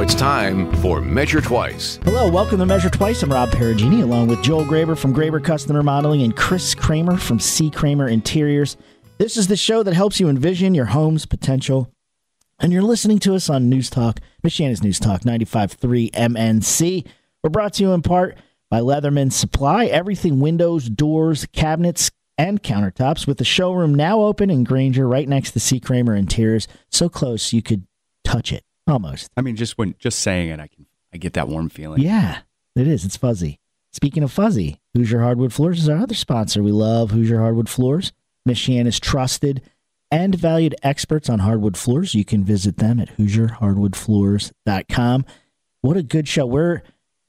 it's time for Measure Twice. Hello, welcome to Measure Twice. I'm Rob Perugini, along with Joel Graber from Graber Customer Modeling and Chris Kramer from C. Kramer Interiors. This is the show that helps you envision your home's potential. And you're listening to us on News Talk, Michiana's News Talk 95.3 MNC. We're brought to you in part by Leatherman Supply, everything windows, doors, cabinets, and countertops, with the showroom now open in Granger, right next to C. Kramer Interiors, so close you could touch it almost. I mean, just when just saying it, I can I get that warm feeling. Yeah, it is. It's fuzzy. Speaking of fuzzy, Hoosier Hardwood Floors is our other sponsor. We love Hoosier Hardwood Floors. Michiana's trusted and valued experts on hardwood floors. You can visit them at HoosierHardwoodFloors.com. What a good show. We're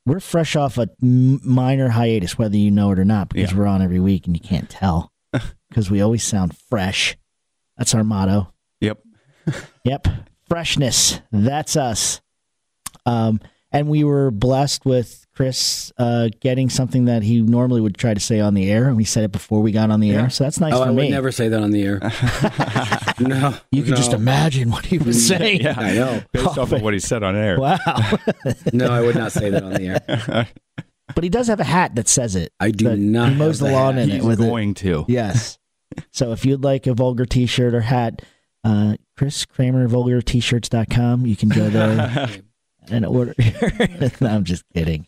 we're fresh off a m- minor hiatus, whether you know it or not, because Yeah. we're on every week and you can't tell because we always sound fresh. That's our motto. Yep. Yep. Freshness. That's us. Um, and we were blessed with Chris uh, getting something that he normally would try to say on the air, and we said it before we got on the air. So that's nice oh, for I me. would never say that on the air. no, you could no, just imagine what he was saying. I know. Based off of what he said on air. Wow. No, I would not say that on the air. but he does have a hat that says it. I do That not He mows have the the lawn hat. in He's it with going to. it. Yes. so if you'd like a vulgar t shirt or hat, uh, Chris Kramer, vulgartshirts.com. You can go there. and order. no, I'm just kidding.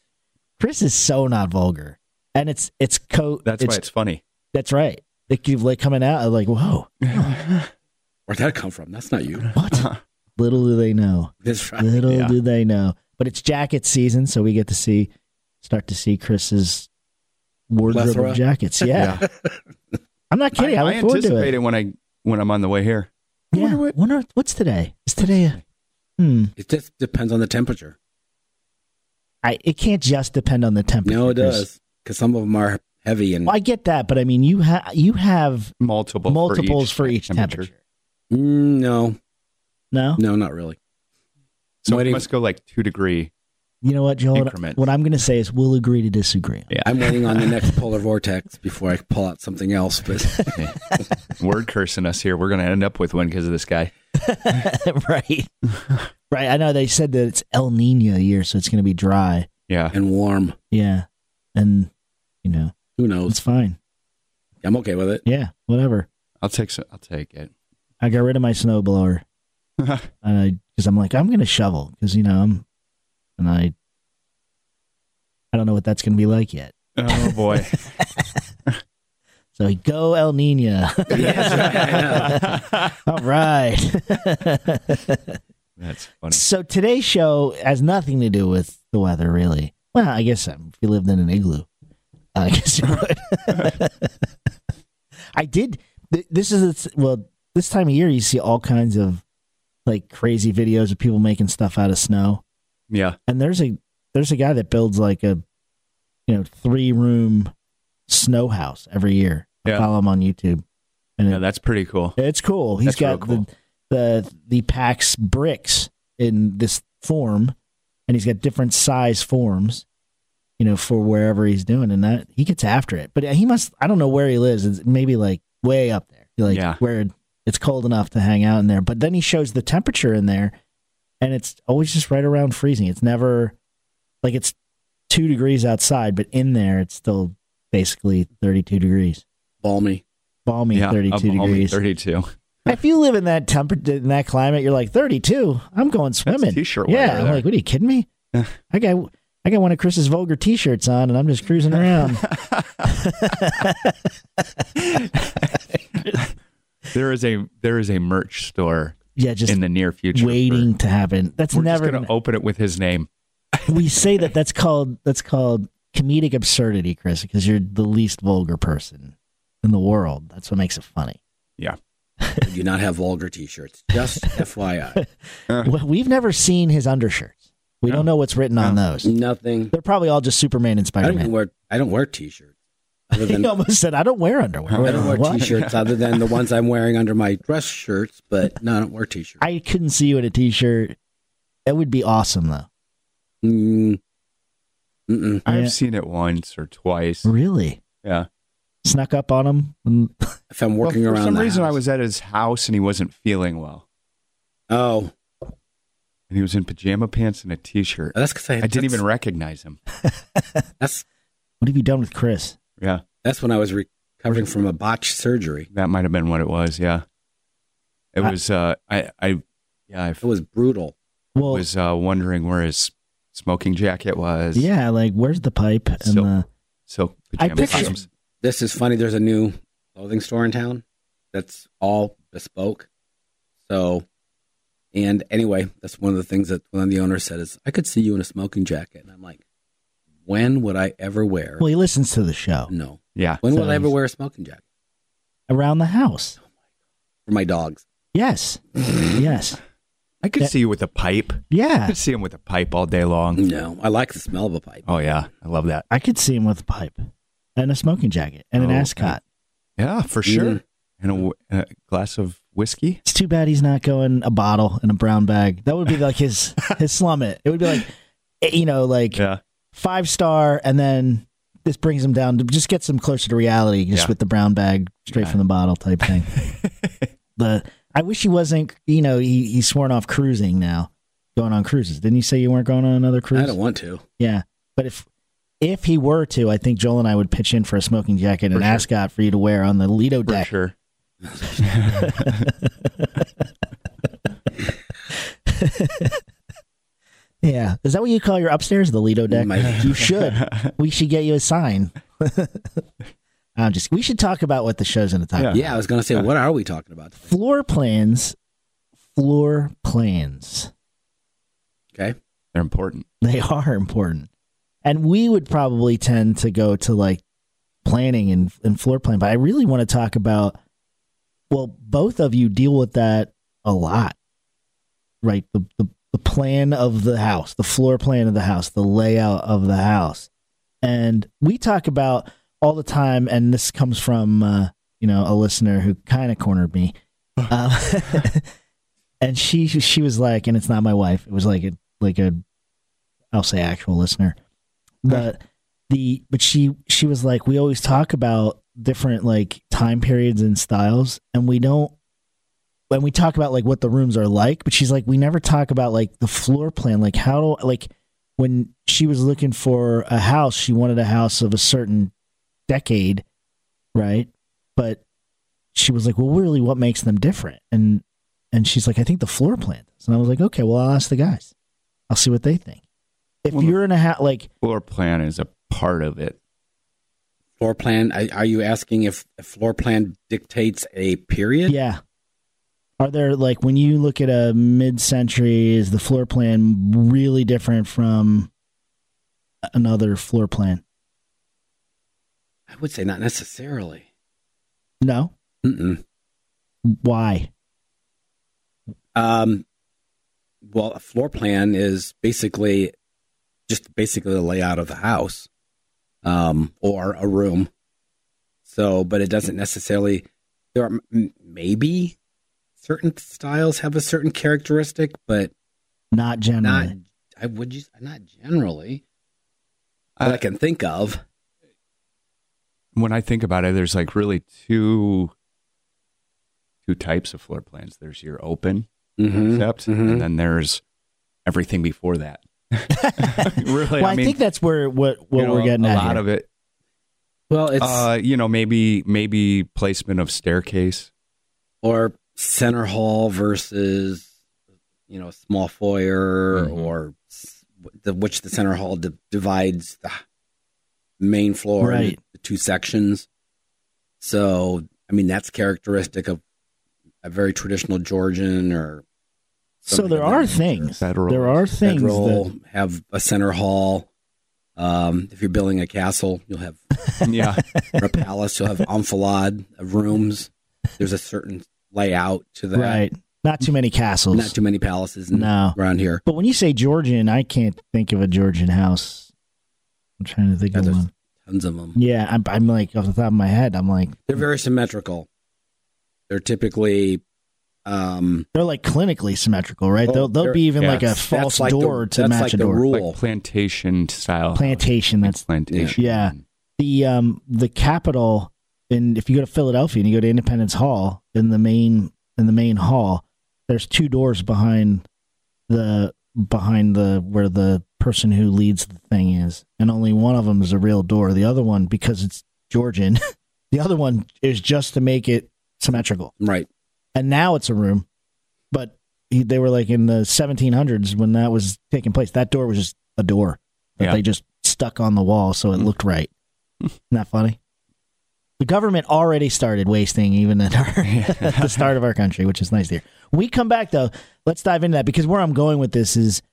Chris is so not vulgar, and it's it's co. That's why it's funny. that's right. They keep like coming out I'm like whoa Where'd that come from? That's not you. what? Little do they know. This uh, right. Little Yeah. do they know. But it's jacket season, so we get to see start to see Chris's wardrobe Plethora. of jackets. Yeah. I'm not kidding. I, I, look forward to anticipate it. it when I when I'm on the way here. Yeah. Wonder what's today? Is today a hmm? It just depends on the temperature. I it can't just depend on the temperature. No, it Chris. does because some of them are heavy and Well, I get that, but I mean, you have you have Multiple multiples for each, temperature. Mm, no, No, no, not really. So it Waiting- must go like two degree. You know what, Joel? Increments. What I'm going to say is we'll agree to disagree. Yeah. I'm waiting on the next polar vortex before I pull out something else. But Word cursing us here. We're gonna end up with one because of this guy. right. right. I know they said that it's El Nino year, so it's going to be dry. Yeah. and warm. Yeah. And, you know, Who it's knows? fine. I'm okay with it. Yeah. Whatever. I'll take some, I'll take it. I got rid of my snowblower because I'm like, I'm going to shovel because, you know, I'm, and I, I don't know what that's going to be like yet. oh boy. So go El Nino. All right. That's funny. So today's show has nothing to do with the weather, really. Well, I guess um, if you lived in an igloo, I guess you would. I did. Th- this is a, well, this time of year you see all kinds of like crazy videos of people making stuff out of snow. Yeah. And there's a there's a guy that builds like a you know three room snow house every year. I Yeah. follow him on YouTube. And Yeah, it- that's pretty cool. it's cool. He's That's real got cool. the, the the PAX bricks in this form, and he's got different size forms, you know, for wherever he's doing, and that he gets after it. But he must. I don't know where he lives. It's maybe like way up there, like Yeah. where it's cold enough to hang out in there. But then he shows the temperature in there, and it's always just right around freezing. It's never like it's two degrees outside, but in there it's still basically thirty-two degrees, Balmy. balmy Yeah. thirty-two I'm only degrees. 32. If you live in that temperature, in that climate, you're like 32. I'm going swimming. t-shirt weather yeah. I'm there. like, what are you kidding me? I got, I got one of Chris's vulgar t-shirts on, and I'm just cruising around. There is a there is a merch store yeah, just in the near future. for- waiting to happen. That's We're never. just going to open it with his name. we say that that's called that's called comedic absurdity, Chris, because you're the least vulgar person in the world. That's what makes it funny. Yeah. I do not have vulgar T-shirts. Just FYI, Well, We've never seen his undershirts. We don't know what's written on those. nothing. They're probably all just Superman and I don't even Spider-Man. wear. I don't wear T-shirts. Other than He almost said, "I don't wear underwear." I don't wear What? t-shirts other than the ones I'm wearing under my dress shirts, but no, I don't wear t-shirts. I couldn't see you in a t-shirt. That would be awesome, though. Mm, mm-mm. I've Yeah. seen it once or twice. Really Yeah. snuck up on him. and- If I'm working Well, for around some the reason, I house. was at his house and he wasn't feeling well. Oh, and he was in pajama pants and a t-shirt. That's because I, I didn't that's- even recognize him. That's What have you done with Chris? Yeah, that's when I was recovering from a botched surgery. that might have been what it was. Yeah, it I- was. Uh, I, I, yeah, I f- It was brutal. Well, was uh, wondering where his smoking jacket was. yeah, like where's the pipe and So- the so I pajama picture- bottoms. This is funny. There's a new clothing store in town that's all bespoke. So, and anyway, that's one of the things that one of the owners said is, I could see you in a smoking jacket. And I'm like, when would I ever wear? well, he listens to the show no. Yeah, When would So I ever he's- wear a smoking jacket? around the house. For my dogs. Yes, yes, I could Yeah. see you with a pipe. Mm. I yeah. could see him with a pipe all day long. No, I like the smell of a pipe. Oh yeah, I love that. I could see him with a pipe and a smoking jacket and an Oh, okay. ascot. Yeah, for sure. Mhm. And a w- a, glass of whiskey. It's too bad he's not going a bottle in a brown bag. That would be like his his slummet. It would be like, eh, you know, like Yeah, five star, and then this brings him down to just gets him closer to reality, just Yeah. with the brown bag straight Yeah. from the bottle type thing. the I wish he wasn't. You know, he, he's sworn off cruising now, going on cruises. Didn't you say you weren't going on another cruise? I don't want to. Yeah, but if if he were to, I think Joel and I would pitch in for a smoking jacket and For sure. ascot for you to wear on the Lido for deck. sure. Yeah, is that what you call your upstairs, the Lido deck? My- you should. we should get you a sign. I'm just. We should talk about what the show's going to talk. Yeah. about. Yeah, I was going to say, what are we talking about? Floor plans, floor plans. Okay. They're important. They are important, and we would probably tend to go to like planning and, and floor plan. But I really want to talk about. Well, both of you deal with that a lot, right? The the the plan of the house, the floor plan of the house, the layout of the house, and we talk about all the time. And this comes from uh, you know a listener who kind of cornered me. Uh, and she she was like, and it's not my wife. It was like a like a I'll say actual listener, but the but she she was like, we always talk about different like time periods and styles, and we don't. When we talk about like what the rooms are like, but she's like, we never talk about like the floor plan. Like how do like when she was looking for a house, she wanted a house of a certain decade, right? But she was like, "Well, really, what makes them different?" And and she's like, "I think the floor plan." does." And I was like, "Okay, well, I'll ask the guys. I'll see what they think." If Well, the- you're in a hat, like Floor plan is a part of it. Floor plan. I, are you asking if a floor plan dictates a period? yeah, are there like when you look at a mid-century, is the floor plan really different from another floor plan? I would say not necessarily. No, Mm-mm. why? Um, well, a floor plan is basically just basically the layout of the house um, or a room. So, but it doesn't necessarily. There are m- maybe certain styles have a certain characteristic, but Not Mm-hmm. generally. not. I would you not generally that I- I can think of. when I think about it, there's like really two two types of floor plans. There's your open Mm-hmm. Mhm. concept, Mhm. and then there's everything before that. really, well, I, I mean, think that's where what what you know, we're getting a at. lot here. of it. Well, it's Uh, you know, maybe maybe placement of staircase. or center hall versus you know small foyer Mm-hmm. Mhm. or s- the which the center hall di- divides the main floor into Right. the two sections so i mean that's characteristic of a very traditional georgian or so something there of that are nature. things. Federal. There are things federal that have a center hall um, if you're building a castle you'll have yeah, or a palace you'll have enfilade of rooms there's a certain layout to that right. Not too many castles. Not too many palaces in, No. around here. but when you say Georgian, I can't think of a Georgian house. I'm trying to think Yeah, of there's one. tons of them. Yeah, I'm, I'm like off the top of my head. I'm like They're very symmetrical. They're typically, um, they're like clinically symmetrical, right? Oh, they'll they'll they're- be even yeah. like a That's false like the- door to that's match like a the door. rule. like plantation style. Plantation. Like That's plantation. Yeah. the um the capital and if you go to Philadelphia and you go to Independence Hall in the main in the main hall, there's two doors behind the behind the where the person who leads the thing is, and only one of them is a real door. The other one, because it's Georgian, the other one is just to make it symmetrical. Right. And now it's a room, but he, they were like in the 1700s when that was taking place. That door was just a door that Yeah. they just stuck on the wall, so it looked right. Isn't that funny? The government already started wasting even at, our, at the start of our country, which is nice to hear. We come back though. Let's dive into that because where I'm going with this is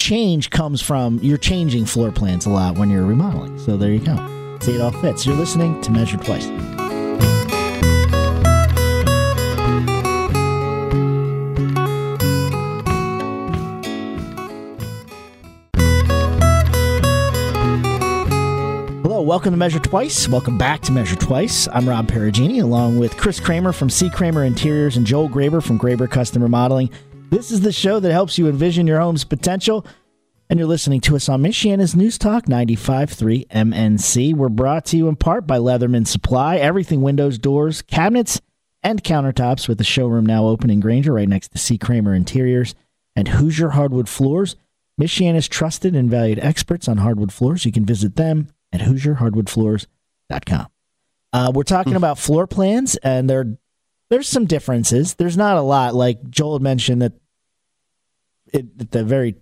change comes from you're changing floor plans a lot when you're remodeling. So there you go. See, it all fits. You're listening to Measure Twice. Hello, welcome to Measure Twice. Welcome back to Measure Twice. I'm Rob Perugini, along with Chris Kramer from C. Kramer Interiors and Joel Graber from Graber Custom Remodeling. This is the show that helps you envision your home's potential, and you're listening to us on Michiana's News Talk 95.3 MNC. We're brought to you in part by Leatherman Supply, everything windows, doors, cabinets, and countertops, with the showroom now open in Granger right next to C. Kramer Interiors and Hoosier Hardwood Floors. Michiana's trusted and valued experts on hardwood floors. You can visit them at HoosierHardwoodFloors.com. Uh, we're talking about floor plans, and there there's some differences. There's not a lot. Like Joel had mentioned that it, at the very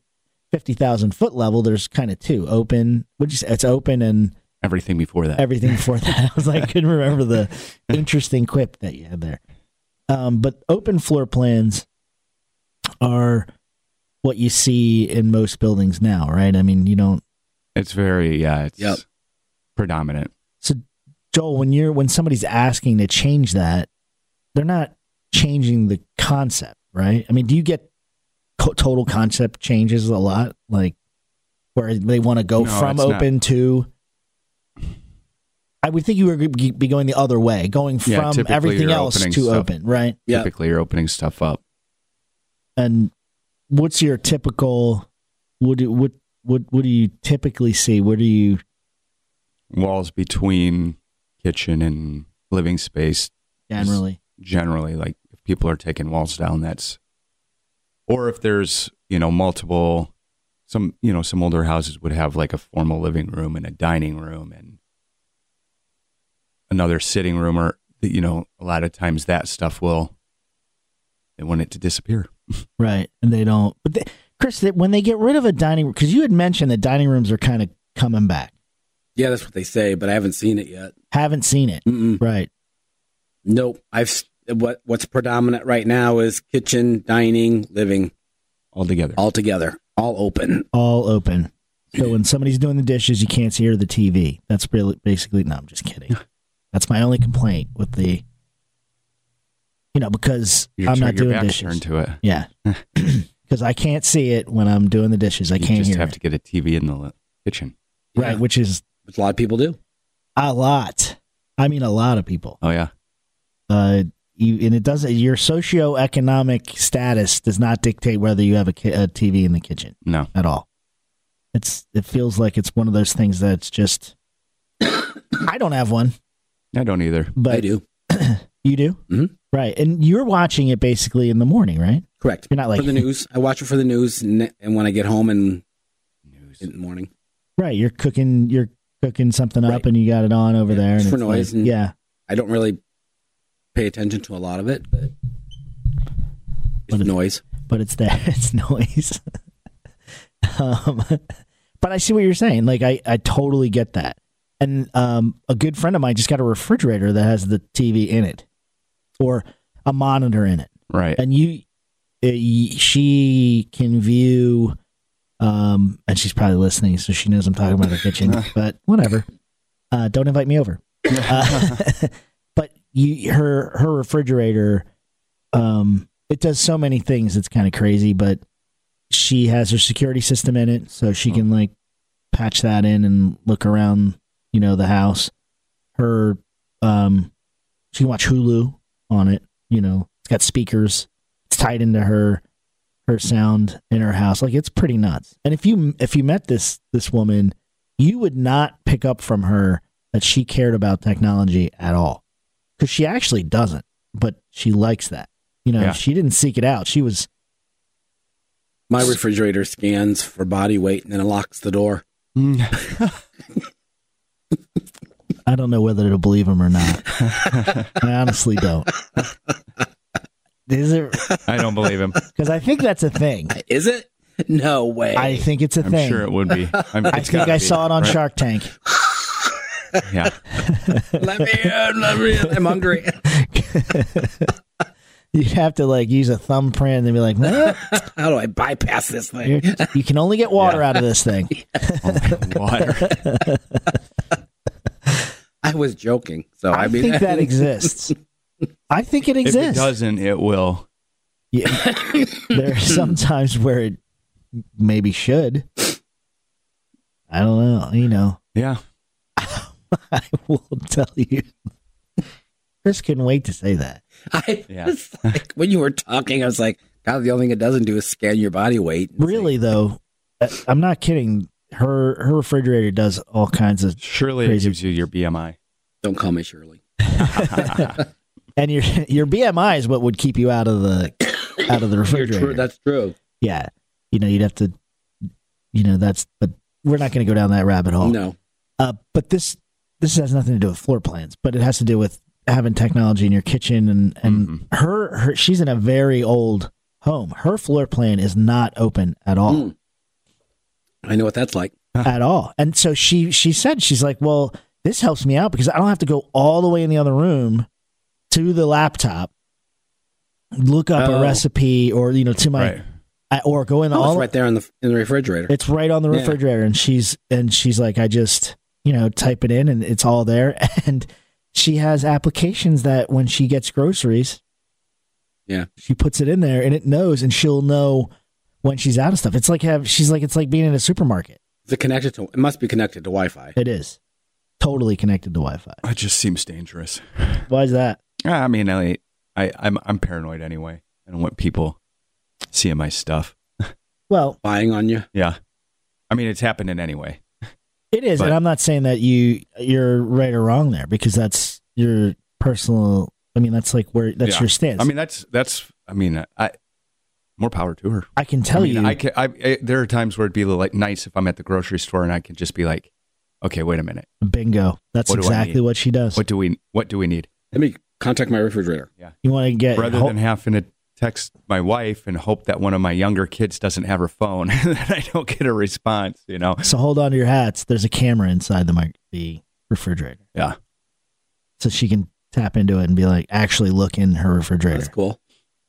fifty thousand foot level, there's kind of two open. Would you say it's open and Everything before that. everything before that. I was like, I couldn't remember the interesting quip that you had there. Um, but open floor plans are what you see in most buildings now, right? I mean, you don't. it's very yeah. It's Yep. predominant. So, Joel, when you're when somebody's asking to change that, they're not changing the concept, right? I mean, do you get co- total concept changes a lot, like where they want to go No, from it's not. open to? I would think you would be going the other way, going Yeah, from typically everything you're else to opening stuff. open, right? Yeah. Typically, you're opening stuff up. And what's your typical? What do, what what what do you typically see? Where do you Walls between kitchen and living space generally? generally like if people are taking walls down that's or if there's you know multiple some you know some older houses would have like a formal living room and a dining room and another sitting room or you know a lot of times that stuff will they want it to disappear Right. And they don't. But they, Chris, they, when they get rid of a dining room, because you had mentioned that dining rooms are kind of coming back. Yeah, that's what they say, but I haven't seen it yet. Haven't seen it. Mm-mm. Right. Nope. I've s- what what's predominant right now is kitchen, dining, living, altogether Oh, all together, all open. All open. So when somebody's doing the dishes, you can't hear the TV. That's really basically, no, I'm just kidding. That's my only complaint with the, you know, because Your- I'm not your doing back's dishes. turned to it Yeah. Because I can't see it when I'm doing the dishes. I you can't just hear have it. to get a tv in the li- kitchen Right. Yeah, Which is which a lot of people do. a lot. I mean, a lot of people. oh yeah uh, you, and it doesn't your socioeconomic status does not dictate whether you have a, ki- a TV in the kitchen no at all. It's it feels like it's one of those things that's just I don't have one, i don't either but I do. you do, Mhm. right? And you're watching it basically in the morning, right? Correct. You're not like for the news. I watch it for the news, and, and when I get home and news in the morning, right. You're cooking, you're cooking something up, Right. and you got it on over Yeah, there, just and for it's noise like- and- yeah, I don't really pay attention to a lot of it, but it's But it- noise. but it's there. It's noise. um, but I see what you're saying. Like I, I totally get that. And um, a good friend of mine just got a refrigerator that has the TV in it, or a monitor in it, right and you, uh, y she can view. Um, and she's probably listening, so she knows I'm talking about her kitchen. but whatever. Uh, don't invite me over. Uh, but you, her, her refrigerator um, it does so many things. It's kind of crazy, but she has her security system in it, so she can like patch that in and look around, you know, the house. Her, um, she can watch Hulu on it. You know, it's got speakers. It's tied into her, her sound in her house. Like it's pretty nuts. And if you if you met this this woman, you would not pick up from her that she cared about technology at all, because she actually doesn't. But she likes that. You know, Yeah. she didn't seek it out. She was My refrigerator scans for body weight and then it locks the door. I don't know whether to believe him or not. I honestly don't. Is it? I don't believe him. Because I think that's a thing. Is it? No way. I think it's a I'm thing. sure it would be. I'm, I think I saw it on Shark Tank. Yeah. let me in. Let me in. I'm hungry. You have to like use a thumbprint and be like, "Nah, How do I bypass this thing? you're- you can only get water out of this thing. Oh, water. I was joking. So I, I mean, think that exists. I think it If it exists. doesn't, it will. Yeah. there are some times where it maybe should. I don't know. You know, Yeah. I will tell you. Chris couldn't wait to say that. I Yeah. was like, when you were talking, I was like, God, the only thing it doesn't do is scan your body weight. It's Really though, I- I'm not kidding. Her her refrigerator does all kinds of, Surely Crazy. it gives you your BMI. like, Don't call me Shirley. and your your BMI is what would keep you out of the out of the You're refrigerator. true. That's true. yeah, you know you'd have to, you know that's. But we're not going to go down that rabbit hole. No. Uh, but this this has nothing to do with floor plans, but it has to do with having technology in your kitchen and and Mm-hmm. her her she's in a very old home. Her floor plan is not open at all. Mm. I know what that's like. At all. And so she she said she's like, "Well, this helps me out because I don't have to go all the way in the other room to the laptop look up Oh. a recipe or you know to my Right. I- or go in Oh, all it's right there in the in the refrigerator. it's right on the Yeah. refrigerator, and she's and she's like, I just you know type it in, and it's all there. And she has applications that when she gets groceries, Yeah. she puts it in there, and it knows, and she'll know when she's out of stuff. It's like have she's like it's like being in a supermarket. Is it connected to? It must be connected to Wi-Fi. It is totally connected to Wi-Fi. It just seems dangerous. Why is that? Ah, I mean, I, I, I'm, I'm paranoid anyway. I don't want people seeing my stuff. Well, Spying on you. Yeah. I mean, it's happening anyway. it is, But- and I'm not saying that you you're right or wrong there because that's your personal. I mean, that's like where that's Yeah. your stance. I mean, that's that's. I mean, I more power to her. I can tell I mean, you. I can. I, I there are times where it'd be like nice if I'm at the grocery store and I can just be like, okay, wait a minute, Bingo. That's What do I exactly need? what she does. what do we what do we need? Let me contact my refrigerator. you want to get Rather hol- than having to text my wife and hope that one of my younger kids doesn't have her phone that I don't get a response, you know? so hold on to your hats. There's a camera inside the mic- the refrigerator, Yeah, so she can tap into it and be like, actually look in her refrigerator. That's cool.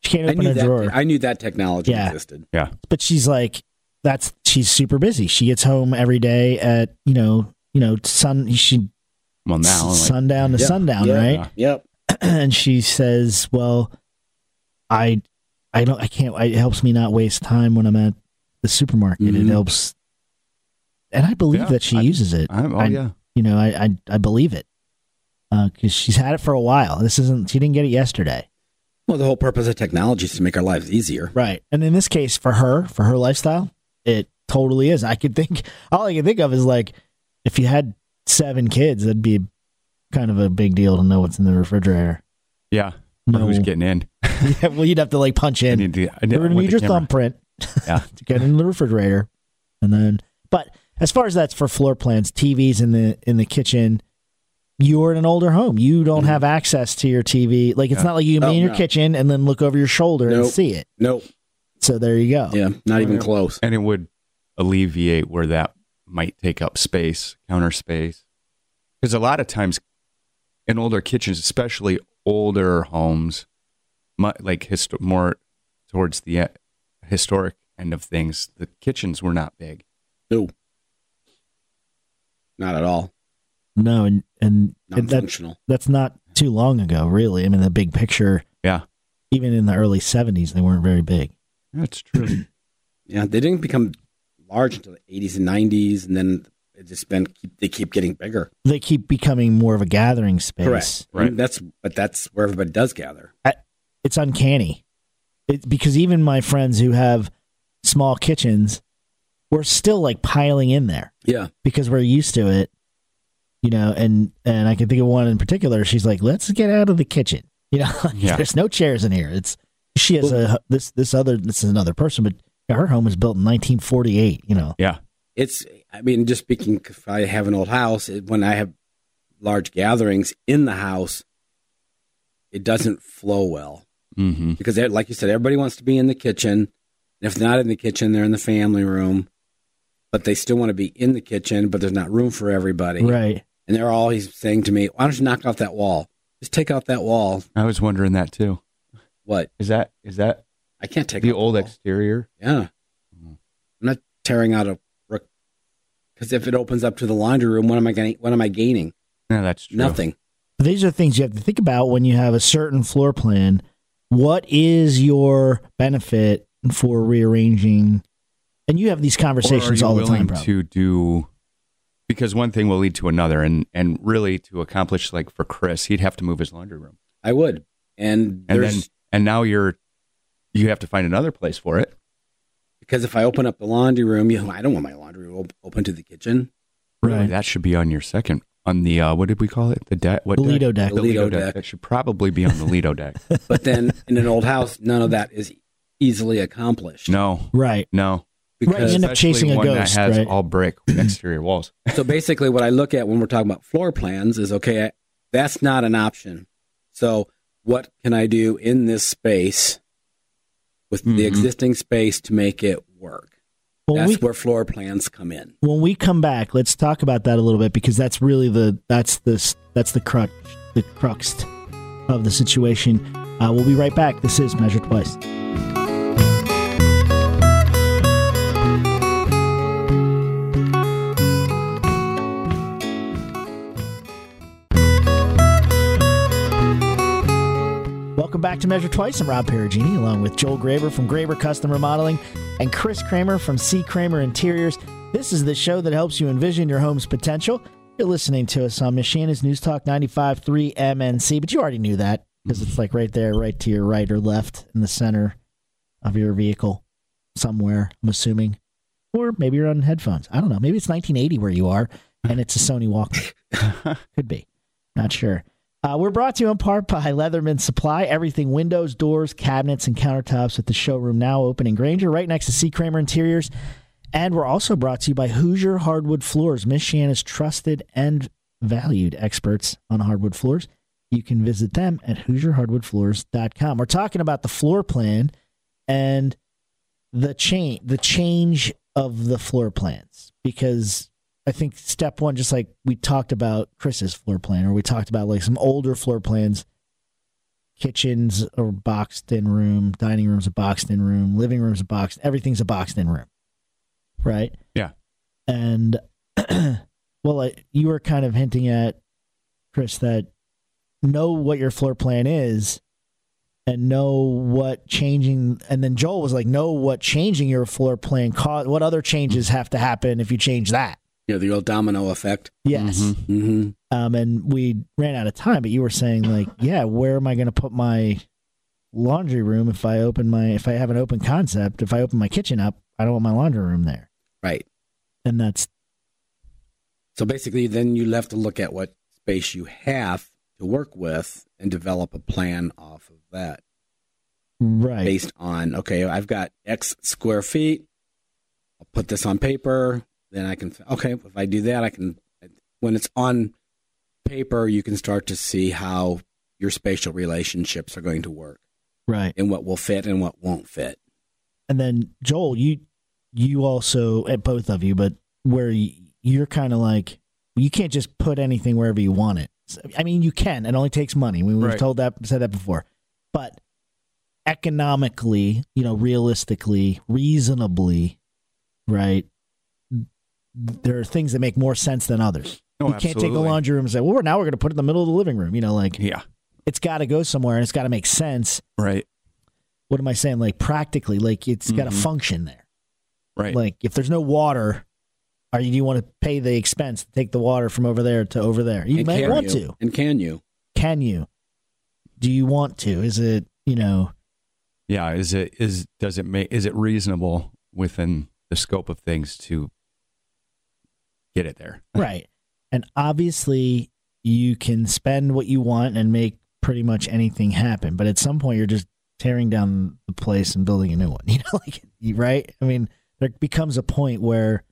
She can't I open knew her that. drawer, I knew that technology Yeah. existed. yeah, but she's like, that's she's super busy. She gets home every day at you know you know sun she Well, now like, sundown to Yeah. sundown, Yeah. right? Yep. and she says, "Well, I, I don't, I can't. I, it helps me not waste time when I'm at the supermarket. Mhm. It helps." And I believe Mm-hmm. Yeah, that she I- uses it. I'm, oh I- yeah, You know, I, I, I believe it because she's had it for a while. This isn't. She didn't get it yesterday, Well, the whole purpose of technology is to make our lives easier. right? And in this case, for her, for her lifestyle, it totally is. I could think. All I can think of is like, if you had seven kids, that'd be kind of a big deal to know what's in the refrigerator. yeah. No. Who's getting in? yeah, well, you'd have to like punch I in. need the, I We're gonna want need the your camera. thumbprint Yeah. to get in the refrigerator, and then. But as far as that's for floor plans, TVs in the in the kitchen, you're in an older home. You don't have access to your TV. Like it's Yeah. not like you can Mm-hmm. Oh, be in your no. kitchen and then look over your shoulder and Nope. see it. Nope. So there you go. Yeah. Not even close. and it would alleviate where that might take up space, counter space. Because a lot of times in older kitchens, especially older homes, mu- like histo- more towards the uh, historic end of things, the kitchens were not big. No. Not at all. No, and and Non that, functional. that's not too long ago, really. I mean, the big picture, Yeah, even in the early '70s, they weren't very big. that's true. Yeah. They didn't become large until the 80s and 90s, and then it just been keep, they keep getting bigger. They keep becoming more of a gathering space. Right. And That's but that's where everybody does gather. it's uncanny it, because even my friends who have small kitchens we're still like piling in there Yeah. because we're used to it you know and and i can think of one in particular she's like let's get out of the kitchen you know like, Yeah. there's no chairs in here it's she has a this this other this is another person but Her home was built in 1948. You know, Yeah. it's i mean just speaking if i have an old house it, when i have large gatherings in the house it doesn't flow well Mm-hmm. because they- like you said everybody wants to be in the kitchen and if they're not in the kitchen they're in the family room but they still want to be in the kitchen but there's not room for everybody right? and they're always saying to me why don't you knock off that wall just take out that wall I was wondering that too. what Is that is that i can't take the out old wall. exterior? Yeah. I'm not tearing out a brick because if it opens up to the laundry room, what am I going? What am I gaining? No, that's true. Nothing. But these are things you have to think about when you have a certain floor plan. What is your benefit for rearranging? And you have these conversations or are you all the willing time, probably. to do because one thing will lead to another, and and really to accomplish like for Chris, he'd have to move his laundry room, I would. And and there's then and now you're you have to find another place for it. because if I open up the laundry room, you know, I don't want my laundry room op- open to the kitchen. Really, Right. that should be on your second on the uh, what did we call it? The deck, what Lido deck? deck. The Lido, Lido deck. deck. That should probably be on the Lido deck. But then in an old house, none of that is easily accomplished. No, Right. no. Right, you Because end up Especially chasing a one ghost, that has right? all brick exterior walls. so basically, what I look at when we're talking about floor plans is okay. I, that's not an option. So what can I do in this space with the Mhm. existing space to make it work? When we, That's where floor plans come in. when we come back, let's talk about that a little bit because that's really the that's the that's the crux the crux of the situation. Uh, we'll be right back. This is Measure Twice. Welcome back to Measure Twice. I'm Rob Perugini, along with Joel Graber from Graber Custom Remodeling and Chris Kramer from C. Kramer Interiors. This is the show that helps you envision your home's potential. You're listening to us on Michiana's News Talk 95.3 MNC, but you already knew that because it's like right there, right to your right or left in the center of your vehicle somewhere, I'm assuming. Or maybe you're on headphones. I don't know. Maybe it's 1980 where you are and it's a Sony Walkman. Could be. Not sure. Uh, we're brought to you in part by Leatherman Supply. Everything windows, doors, cabinets, and countertops at the showroom now open in Granger, right next to C. Kramer Interiors. And we're also brought to you by Hoosier Hardwood Floors, Miss Shanna's trusted and valued experts on hardwood floors. You can visit them at HoosierHardwoodFloors.com. We're talking about the floor plan and the change the change of the floor plans because I think step one, just like we talked about Chris's floor plan, or we talked about like some older floor plans, kitchens or boxed in room, dining rooms a boxed in room, living rooms a boxed, everything's a boxed in room, right? Yeah. And well, like, you were kind of hinting at Chris that know what your floor plan is and know what changing and then Joel was like know what changing your floor plan cause what other changes have to happen if you change that You know, the old domino effect. yes hmm um and we ran out of time but you were saying like yeah where am I going to put my laundry room if I open my if I have an open concept if I open my kitchen up I don't want my laundry room there Right. and that's So basically, then you have to look at what space you have to work with and develop a plan off of that right based on, okay, I've got X square feet. I'll put this on paper. Then I can, okay, if I do that, I can, when it's on paper, you can start to see how your spatial relationships are going to work right and what will fit and what won't fit. and then Joel, you you also at both of you, but where y- you're kind of like you can't just put anything wherever you want it. So- I mean, you can. It only takes money. We, we've Right. told that said that before, but economically, you know, realistically, reasonably, right? There are things that make more sense than others. Oh, you can't take the absolutely. laundry room and say, "Well, we're- now we're going to put it in the middle of the living room." You know, like Yeah, it's got to go somewhere and it's got to make sense. right, What am I saying? Like practically, like it's got to Mhm. function there. right. Like if there's no water, are you do you want to pay the expense to take the water from over there to over there? You And may can want you? to. And can you? Can you? Do you want to? Is it you know yeah, is it is does it make is it reasonable within the scope of things to get it there? right? And obviously you can spend what you want and make pretty much anything happen, but at some point you're just tearing down the place and building a new one. You know, like you- right? I mean, there becomes a point where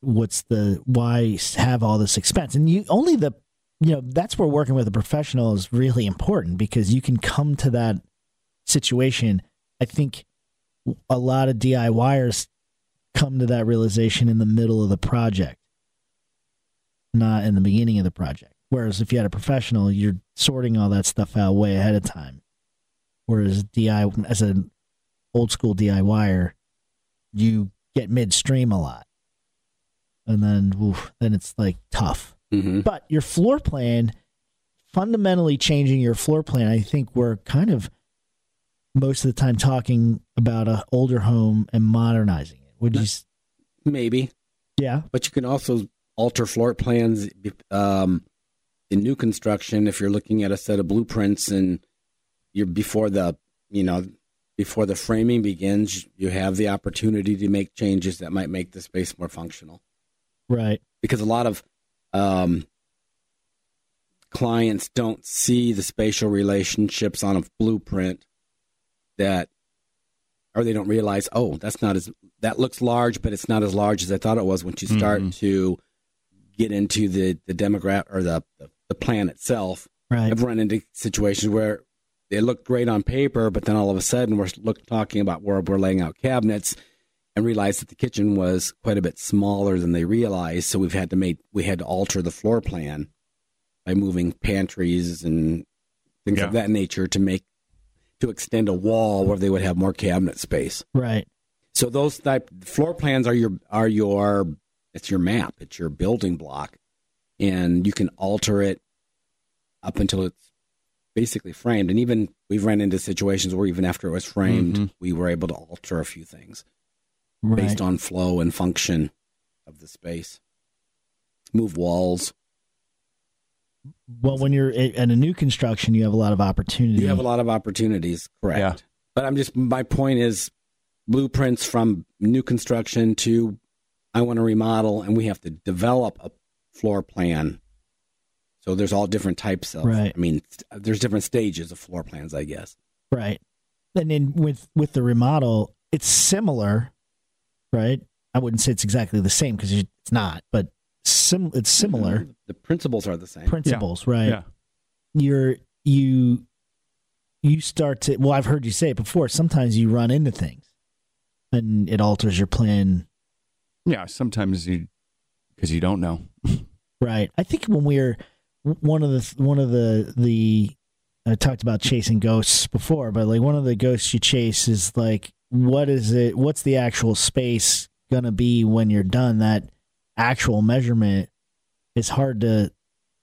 what's the why have all this expense? And you only the you know that's where working with a professional is really important because you can come to that situation. I think a lot of DIYers come to that realization in the middle of the project, not in the beginning of the project. Whereas if you had a professional, you're sorting all that stuff out way ahead of time. Whereas DI as an old school DIYer, you get midstream a lot, and then oof, then it's like tough. Mm-hmm. But your floor plan, fundamentally changing your floor plan, I think we're kind of most of the time talking about a older home and modernizing it. Would you? s- Maybe, Yeah, but you can also alter floor plans um, in new construction if you're looking at a set of blueprints and you're before the you know before the framing begins, you have the opportunity to make changes that might make the space more functional. right. because a lot of um, clients don't see the spatial relationships on a blueprint that or they don't realize oh that's not as that looks large but it's not as large as i thought it was once you start to get into the the demographic or the, the the plan itself Right. i've run into situations where they look great on paper but then all of a sudden we're look, talking about where we're laying out cabinets and realized that the kitchen was quite a bit smaller than they realized. So we've had to make we had to alter the floor plan by moving pantries and things Yeah. of that nature to make to extend a wall where they would have more cabinet space. Right. So those type floor plans are your are your it's your map, it's your building block, and you can alter it up until it's basically framed. And even we've run into situations where even after it was framed, Mhm. we were able to alter a few things Right. based on flow and function of the space. Move walls. well, when you're at at a new construction, you have a lot of opportunity. You have a lot of opportunities, correct? Yeah. But I'm just my point is blueprints from new construction to I want to remodel and we have to develop a floor plan. So there's all different types of Right. I mean st- there's different stages of floor plans, I guess. Right. And then with with the remodel, it's similar, right? I wouldn't say it's exactly the same because it's not, but sim- it's similar Um, The principles are the same. principles, right? Yeah. you're you you start to well i've heard you say it before sometimes you run into things and it alters your plan Yeah. Sometimes you, because you don't know. right i think when we're one of the one of the the i talked about chasing ghosts before but like one of the ghosts you chase is like what is it what's the actual space gonna be when you're done that actual measurement is hard to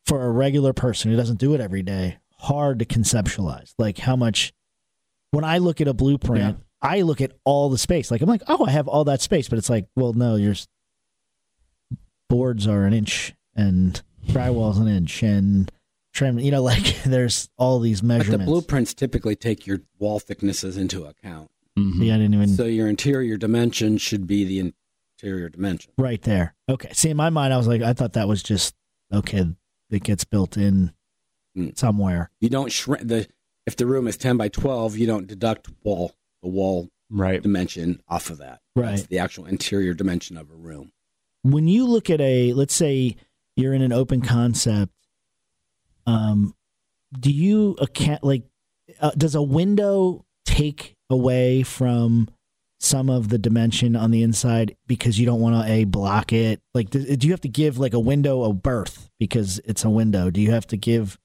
for a regular person who doesn't do it every day hard to conceptualize like how much when i look at a blueprint i look at all the space like i'm like oh i have all that space but it's like well no your s- boards are an inch and drywall's an inch and trim you know like there's all these But the measurements blueprints typically take your wall thicknesses into account. Mhm. yeah i didn't even So your interior dimension should be the interior dimension. right there okay see in my mind i was like i thought that was just okay it gets built in Mm. somewhere You don't shrink the if the room is ten by twelve, you don't deduct wall the wall Right. dimension off of that. That's Right. the actual interior dimension of a room. when you look at a let's say you're in an open concept um do you account like uh, does a window take away from some of the dimension on the inside because you don't want to a block it like do, do you have to give like a window a birth because it's a window do you have to give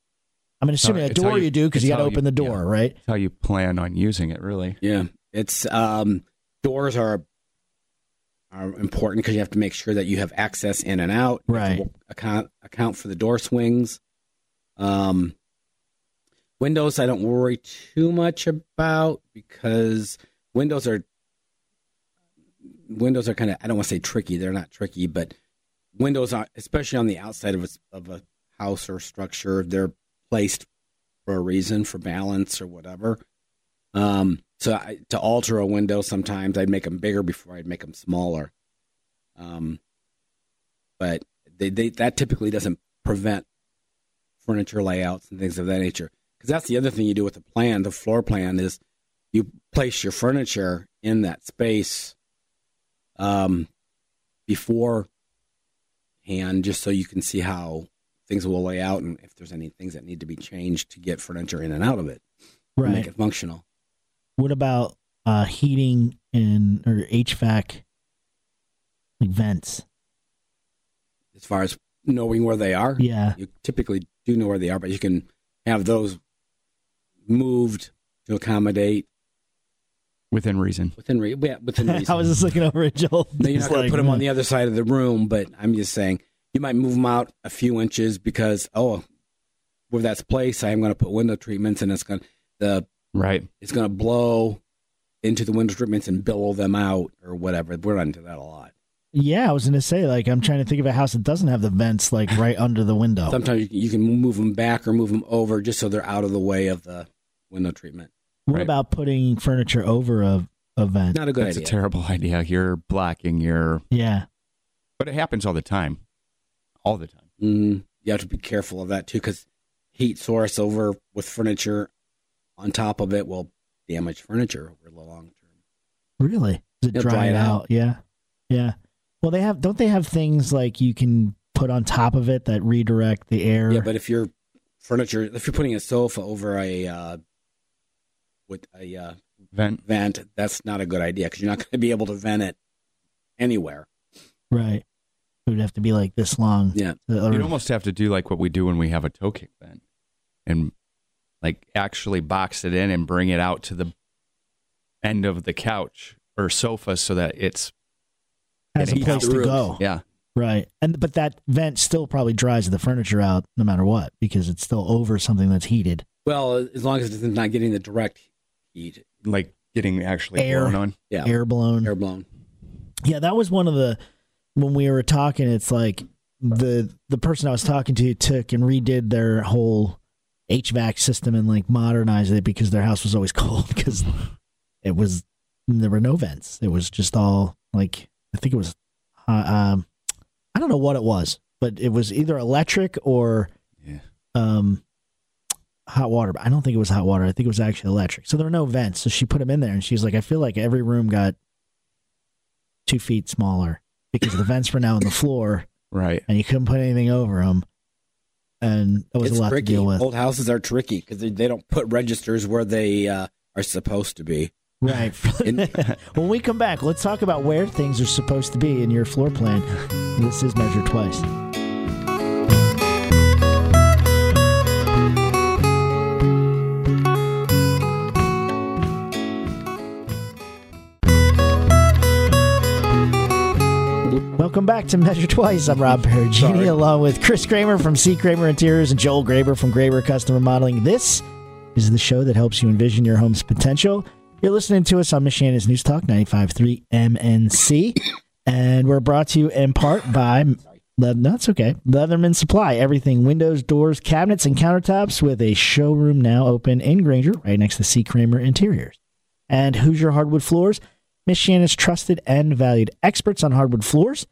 i'm assuming how- a it's how door you- you, do 'cause do because it's you got to how you- open the door yeah. right That's how you plan on using it, really. Yeah. It's um doors are are important because you have to make sure that you have access in and out. You have to Right. Account account for the door swings. Um windows I don't worry too much about because windows are windows are kind of I don't want to say tricky. They're not tricky, but windows are especially on the outside of a, s- of a house or structure. They're placed for a reason, for balance or whatever. Um, so I, to alter a window, sometimes I'd make them bigger before I'd make them smaller. Um, but they, they that typically doesn't prevent furniture layouts and things of that nature. Because that's the other thing you do with the plan, the floor plan is you place your furniture in that space um, before hand, just so you can see how things will lay out and if there's any things that need to be changed to get furniture in and out of it, to make Right. it functional. What about uh, heating and or HVAC like vents? As far as knowing where they are, Yeah. you typically do know where they are, but you can have those moved to accommodate within reason. within re- yeah, within reason. I was just looking over at Joel. No, you're Just not going like, "Hmm." to put them on the other side of the room, but I'm just saying you might move them out a few inches because oh, where that's placed, I am going to put window treatments, and it's going to the Right. it's going to blow into the window treatments and billow them out or whatever. We're into that a lot. Yeah, I was gonna say like I'm trying to think of a house that doesn't have the vents like right under the window. Sometimes you can, you can move them back or move them over just so they're out of the way of the window treatment. what Right. about putting furniture over a, a vent? Not a good That's idea. a terrible idea. You're blocking your, Yeah. but it happens all the time. All the time. Mm, you have to be careful of that too, because heat source over with furniture on top of it will damage furniture over the long term. Really? Does it It'll dry, it out? Yeah. Yeah. Well, they have don't they have things like you can put on top of it that redirect the air? Yeah, but if your furniture, if you're putting a sofa over a uh, with a uh, Vent. vent, that's not a good idea because you're not going to be able to vent it anywhere. right. It would have to be like this long. Yeah. The other- You'd almost have to do like what we do when we have a toe kick vent and like actually box it in and bring it out to the end of the couch or sofa so that it's, has a heats place the to room. go. yeah, Right. And but that vent still probably dries the furniture out no matter what because it's still over something that's heated. Well, as long as it's not getting the direct heat, like getting actually Air. blown on. yeah, Air blown. air blown. Yeah, that was one of the when we were talking. It's like the the person I was talking to took and redid their whole HVAC system and like modernized it because their house was always cold because it was there were no vents. It was just all like I think it was uh, um I don't know what it was, but it was either electric or Yeah. um hot water. But I don't think it was hot water. I think it was actually electric. So there were no vents. So she put them in there, and she's like, I feel like every room got two feet smaller because the vents were now on the floor Right. and you couldn't put anything over them. And that was it's a lot tricky. Oh, to deal with. Old houses are tricky because they, they don't put registers where they uh, are supposed to be. Right. In- when we come back, let's talk about where things are supposed to be in your floor plan. This is measured twice. Welcome back to Measure Twice. I'm Rob Perugini, along with Chris Kramer from C. Kramer Interiors and Joel Graber from Graber Customer Modeling. This is the show that helps you envision your home's potential. You're listening to us on Michiana's News Talk 95.3 MNC, and we're brought to you in part by. Le- no, it's okay. Leatherman Supply. Everything windows, doors, cabinets, and countertops with a showroom now open in Granger, right next to C. Kramer Interiors. And Hoosier Hardwood Floors, Miss Shannon's trusted and valued experts on hardwood floors.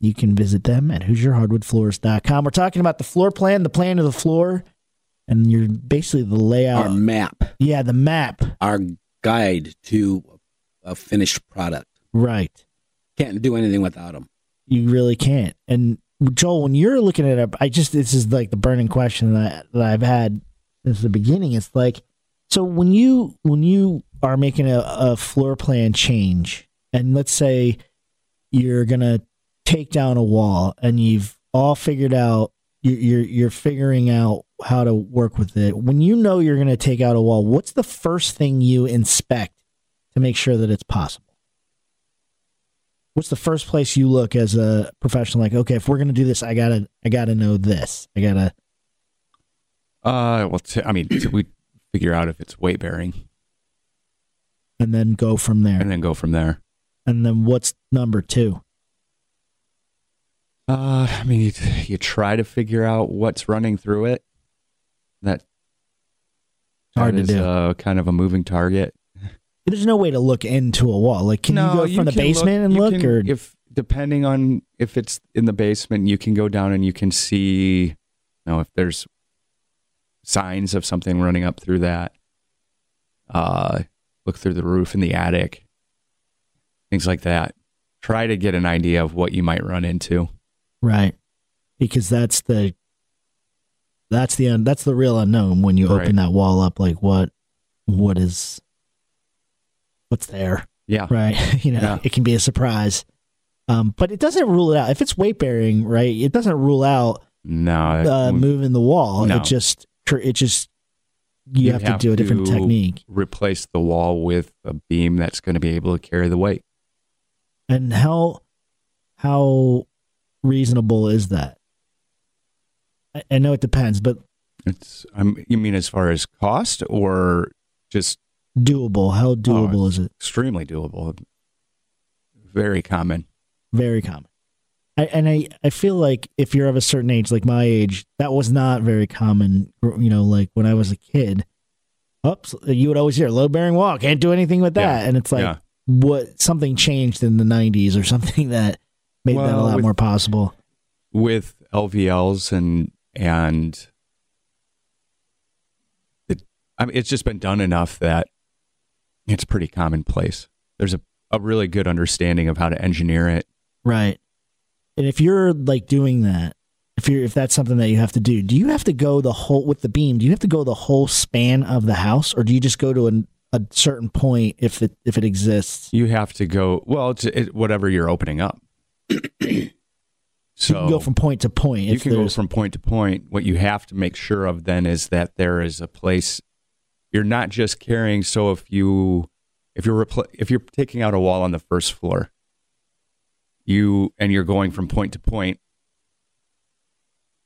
You can visit them at HoosierHardwoodFloors.com. We're talking about the floor plan, the plan of the floor, and you're basically the layout. Our map, yeah, the map. our guide to a finished product. Right. Can't do anything without them. You really can't. And Joel, when you're looking at it, I just this is like the burning question that that I've had since the beginning. It's like, so when you when you are making a, a floor plan change, and let's say you're gonna take down a wall, and you've all figured out you're you're, you're figuring out how to work with it. When you know you're gonna take out a wall, what's the first thing you inspect to make sure that it's possible? what's the first place you look as a professional like okay if we're going to do this i gotta i gotta know this i gotta Uh, well, t- I mean, t- we figure out if it's weight bearing and then go from and there then go from there. and then what's number two Uh, I mean, you, you try to figure out what's running through it. That Hard that to is, do. Uh, kind of a moving target. there's no way to look into a wall like can you go from the can basement and you look can- or if depending on if it's in the basement, you can go down and you can see. You know, if there's signs of something running up through that. Uh, look through the roof in the attic, things like that. Try to get an idea of what you might run into. Right. Because that's the that's the un, that's the real unknown when you open Right. that wall up like what what is what's there. Yeah. Right. you know, Yeah. it can be a surprise. Um, but it doesn't rule it out. If it's weight bearing, right, it doesn't rule out No. uh, moving the wall. No. It just cr- it just you, have, to do a different to technique. Replace the wall with a beam that's going to be able to carry the weight. And how how reasonable is that? I, I know it depends, but It's I'm, you mean as far as cost or just doable. How doable is it? extremely doable? Very common. Very common. I, and I, I feel like if you're of a certain age, like my age, that was not very common. You know, like when I was a kid, oops, you would always hear load bearing wall. Can't do anything with that. Yeah, And it's like yeah. what something changed in the 90s or something that made that a Well, lot with- more possible. with LVLs and and it, I mean, it's just been done enough that it's pretty commonplace. There's a, a really good understanding of how to engineer it. Right. And if you're like doing that, if you're if that's something that you have to do, do you have to go the whole with the beam? Do you have to go the whole span of the house, or do you just go to an, a certain point if it if it exists? You have to go well, it's it, whatever you're opening up. So so you can go from point to point. you If can go there's- from point to point. What you have to make sure of then is that there is a place you're not just carrying. So if you if you're repl- if you're taking out a wall on the first floor, you and you're going from point to point.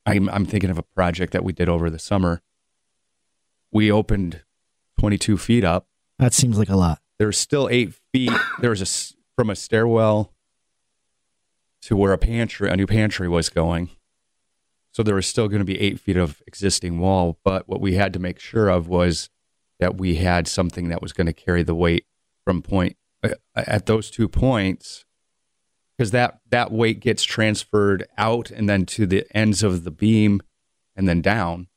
I'm I'm thinking of a project that we did over the summer. We opened 22 feet up. that seems like a lot. There's still eight feet. There was a s- from a stairwell to where a pantry, a new pantry was going. So there was still going to be eight feet of existing wall. But what we had to make sure of was that we had something that was going to carry the weight from point uh, at those two points, because that that weight gets transferred out and then to the ends of the beam, and then down.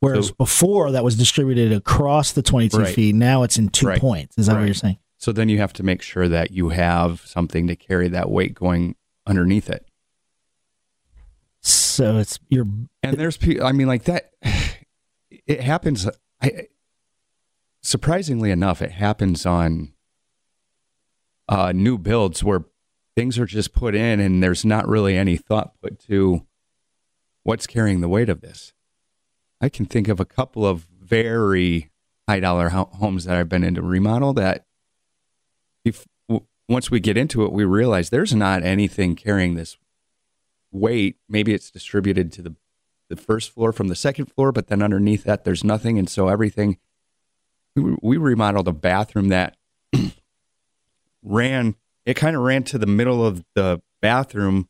Whereas So- before that was distributed across the 22 Right. feet, now it's in two Right. points. Is that what Right. you're saying? So then you have to make sure that you have something to carry that weight going underneath it. So it's you're And there's people, I mean, like that, it happens. I, surprisingly enough, it happens on uh, new builds where things are just put in and there's not really any thought put to what's carrying the weight of this. I can think of a couple of very high dollar ho- homes that I've been into remodel that if, w- once we get into it, we realize there's not anything carrying this weight. Maybe it's distributed to the the first floor from the second floor, but then underneath that there's nothing, and so everything. We, we remodeled a bathroom that ran. It kind of ran to the middle of the bathroom,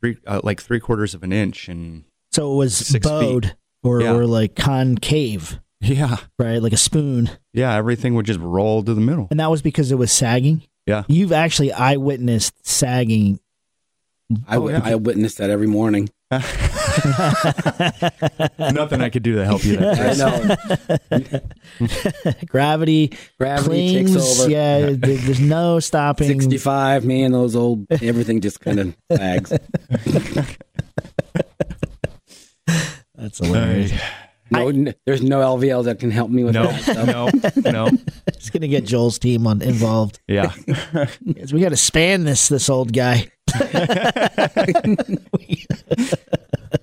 three uh, like three quarters of an inch, and so it was Six feet. bowed or Yeah. or like concave, yeah, right? Like a spoon, yeah, everything would just roll to the middle. and that was because it was sagging. Yeah, You've actually eyewitnessed sagging. I, Oh, yeah. I witnessed that every morning. nothing I could do to help you. That I know. Gravity, Gravity clings. takes over. Yeah, there- there's no stopping. 65, man, those old, everything just kind of lags. That's hilarious. No, n- there's no LVL that can help me with no, that. stuff. no, no. It's gonna get Joel's team on involved. Yeah, Yes, we got to span this this old guy.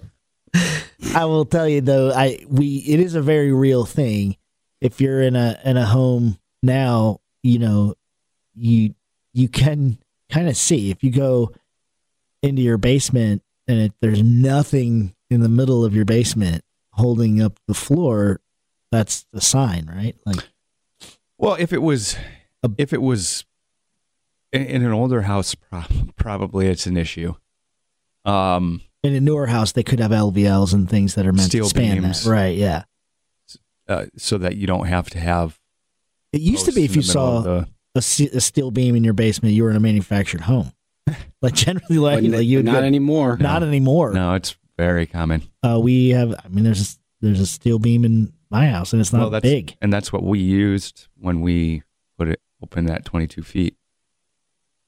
I will tell you though, I we it is a very real thing. If you're in a in a home now, you know, you you can kind of see if you go into your basement and it, there's nothing in the middle of your basement holding up the floor, that's the sign, right? Like Well, if it was, if it was in, in an older house, prob- probably it's an issue. Um, in a newer house, they could have LVLs and things that are meant Steel to span beams. that, right? Yeah. uh, so that you don't have to have. It used to posts be if in you the middle saw of the- a, se- a steel beam in your basement, you were in a manufactured home. Like generally, like, But like you would not go- anymore. not anymore. no, it's very common. Uh, we have. I mean, there's there's a steel beam in my house, and it's not that's big. and that's what we used when we put it open that 22 feet.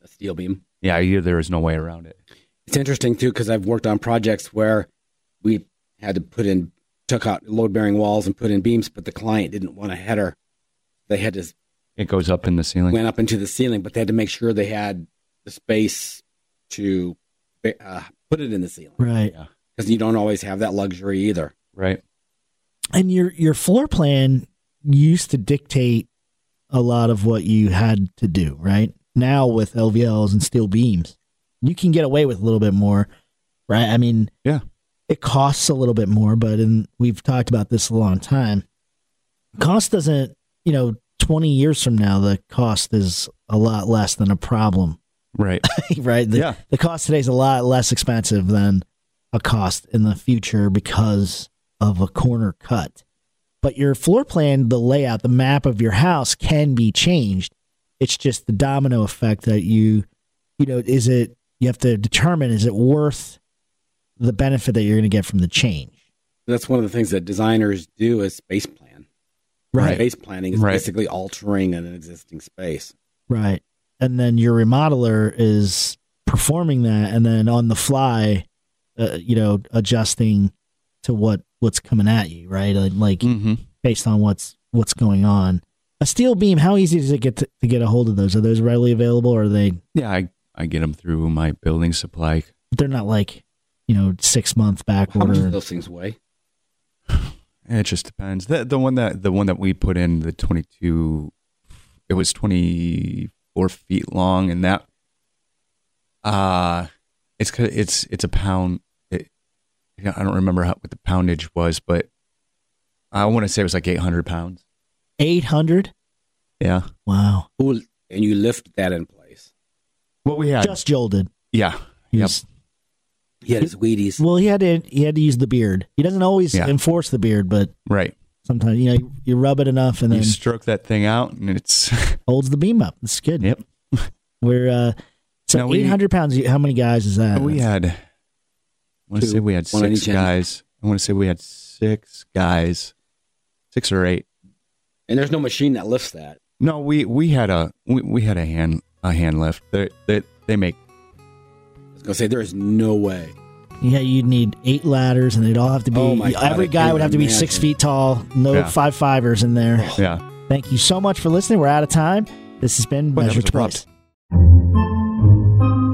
a steel beam. Yeah, I knew there was no way around it. It's interesting too because I've worked on projects where we had to put in took out load bearing walls and put in beams, but the client didn't want a header. They had to It goes up in the ceiling. went up into the ceiling, but they had to make sure they had the space to uh, put it in the ceiling Right. because you don't always have that luxury either. right. And your your floor plan used to dictate a lot of what you had to do, right? Now with LVLs and steel beams, you can get away with a little bit more, right? I mean, Yeah. it costs a little bit more, but and we've talked about this a long time. Cost doesn't, you know, 20 years from now the cost is a lot less than a problem, Right. right? The, Yeah. the cost today is a lot less expensive than a cost in the future because of a corner cut. But your floor plan, the layout, the map of your house can be changed. It's just the domino effect that you, you know, is it, you have to determine is it worth the benefit that you're going to get from the change? That's one of the things that designers do is space plan. Right. Space planning is Right. basically altering an existing space. Right. And then your remodeler is performing that and then on the fly, uh, you know, adjusting to what what's coming at you, right? Like, Mm. like Mm-hmm. based on what's what's going on. A steel beam, how easy does it get to, to get a hold of those? Are those readily available or are they Yeah, I, I get them through my building supply. they're not like, you know, 6 month back How much do order. those things weigh? It just depends. The the one that the one that we put in the 22, it was 24 feet long, and that uh it's ki- it's it's a pound. It, you know, I don't remember how, what the poundage was, but I want to say it was like 800 pounds. 800? Yeah. Wow. Who and you lift that in place? What Uh, we had. Just Joel did. yeah. Yep. He's- Yeah, it's Wheaties. Well, he had to he had to use the beard. He doesn't always Yeah. enforce the beard, but Right. sometimes you know you, you rub it enough and then You stroke that thing out, and it's holds the beam up. It's good. yep. We're uh, Now so we- eight hundred pounds. you- How many guys is that? we had. I want to Two. say we had One on six each end. guys. I want to say we had six guys, six or eight. And there's no machine that lifts that. No, we we had a we, we had a hand a hand lift. They they they make I was gonna say there is no way. yeah, you'd need eight ladders, and they'd all have to be. Oh my God, every I guy can't would have to be six imagine. feet tall. No Yeah. five fivers in there. yeah. Thank you so much for listening. We're out of time. This has been Well, that Measure was abrupt. Twice.